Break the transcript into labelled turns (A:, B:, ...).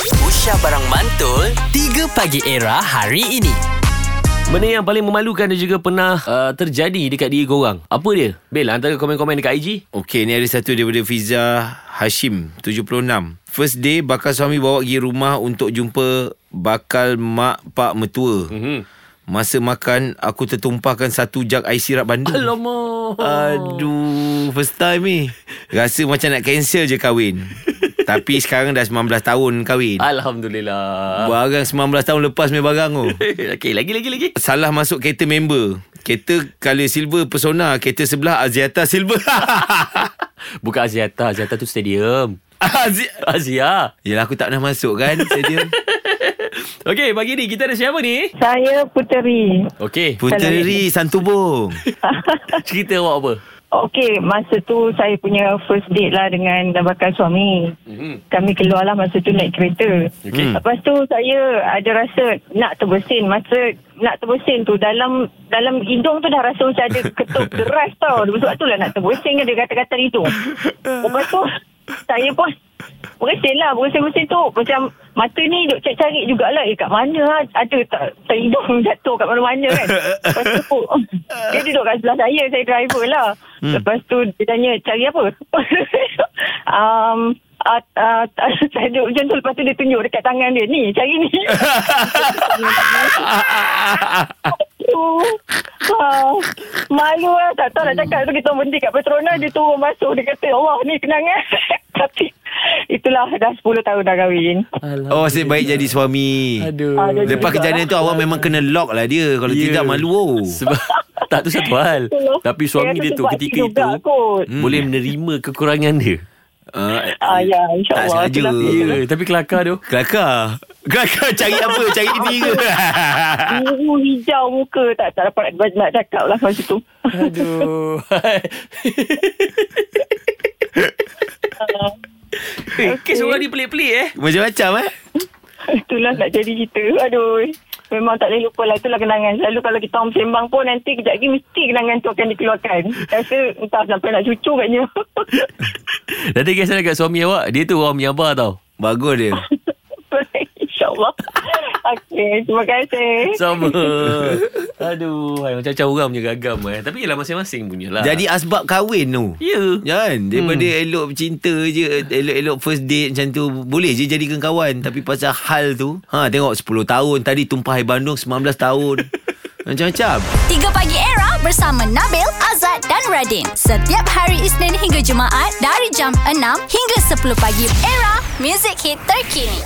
A: Aisyah Barang Mantul 3 Pagi Era hari ini
B: Benda yang paling memalukan dan juga pernah uh, terjadi dekat diri korang. Apa dia? Bel, antara komen-komen dekat IG.
C: Okey, ni ada satu daripada Fiza Hashim, 76. First day, bakal suami bawa pergi rumah untuk jumpa bakal mak pak mertua. Mm-hmm. Masa makan, aku tertumpahkan satu jug air sirap bandung.
B: Alamak.
C: Aduh, first time ni. Rasa macam nak cancel je kahwin. Tapi sekarang dah 19 tahun kahwin.
B: Alhamdulillah.
C: Barang 19 tahun lepas punya barang tu.
B: Okey, lagi lagi lagi.
C: Salah masuk kereta member. Kereta color silver persona. Kereta sebelah Aziata silver.
B: Bukan Aziata, Aziata tu stadium.
C: Aziata.
B: Azia.
C: Yelah aku tak pernah masuk kan Stadium
B: Okey, pagi ni kita ada siapa ni?
D: Saya Puteri.
B: Okey.
C: Puteri
D: Kan,
C: Santubong
B: Cerita awak apa?
D: Okey, masa tu saya punya first date lah dengan bakal suami.
B: Mm-hmm.
D: Kami keluar lah masa tu naik kereta. Hmm.
B: Okey.
D: Lepas tu saya ada rasa nak terbesin. Masa nak terbesin tu dalam dalam hidung tu dah rasa macam ada ketuk deras tau. Sebab tu lah nak terbesin kan dia kata-kata di hidung. Lepas tu saya pun bersin lah. Bersin-bersin tu macam mata ni duk cari-cari jugalah. Eh kat mana lah ada tak, tak hidung jatuh kat mana-mana kan. Lepas tu dia duduk kat sebelah saya. Saya driver lah. Hmm. Lepas tu dia tanya cari apa? um, Uh, uh, saya duduk macam tu Lepas tu dia tunjuk dekat tangan dia Ni cari ni Aduh. Ah, Malu lah Tak tahu nak
B: Hmm.
D: cakap tu Kita berhenti kat Petronas Dia turun masuk Dia kata Allah ni kenangan Tapi Itulah dah 10 tahun dah kahwin
C: Oh nasib baik jadi suami
B: Aduh.
D: Ah, jadi
C: Lepas
D: juga
C: kejadian
D: lah.
C: tu awak memang kena lock lah dia Kalau
B: Ya.
C: tidak malu oh.
B: Sebab tak tu satu hal.
D: Itulah.
B: Tapi suami
D: Saya
B: dia
D: rasa
B: tu
D: sebab
B: ketika
D: dia
B: itu
D: juga kot.
B: hmm. boleh menerima kekurangan dia.
C: uh,
D: Ah, ya,
C: Tak
D: insyaAllah
C: sengaja
D: Itulah.
B: Ya, yeah, tapi kelakar tu.
C: Kelakar Kelakar cari apa Cari ini ke
D: Biru hijau muka Tak tak dapat nak, nak cakap lah masa tu
B: Aduh. Eh, kes orang ni pelik-pelik eh.
C: Macam-macam eh
D: Itulah nak jadi kita Aduh Memang tak boleh lupa lah Itulah kenangan Selalu kalau kita orang sembang pun Nanti kejap lagi Mesti kenangan tu akan dikeluarkan Rasa entah sampai nak cucu katnya
B: Nanti kisah dekat suami awak Dia tu orang menyabar tau
C: Bagus dia
D: InsyaAllah Okay Terima kasih
B: Sama Aduh hai, Macam-macam orang punya gagam eh Tapi ialah masing-masing punya lah
C: Jadi asbab kahwin tu
B: Ya
C: Kan Daripada hmm. elok cinta je Elok-elok first date macam tu Boleh je jadikan kawan Tapi pasal hal tu ha, Tengok 10 tahun Tadi tumpah air bandung 19 tahun Macam-macam
E: 3 Pagi Era bersama Nabil, Azad dan Radin. Setiap hari Isnin hingga Jumaat dari jam 6 hingga 10 pagi. Era, music hit terkini.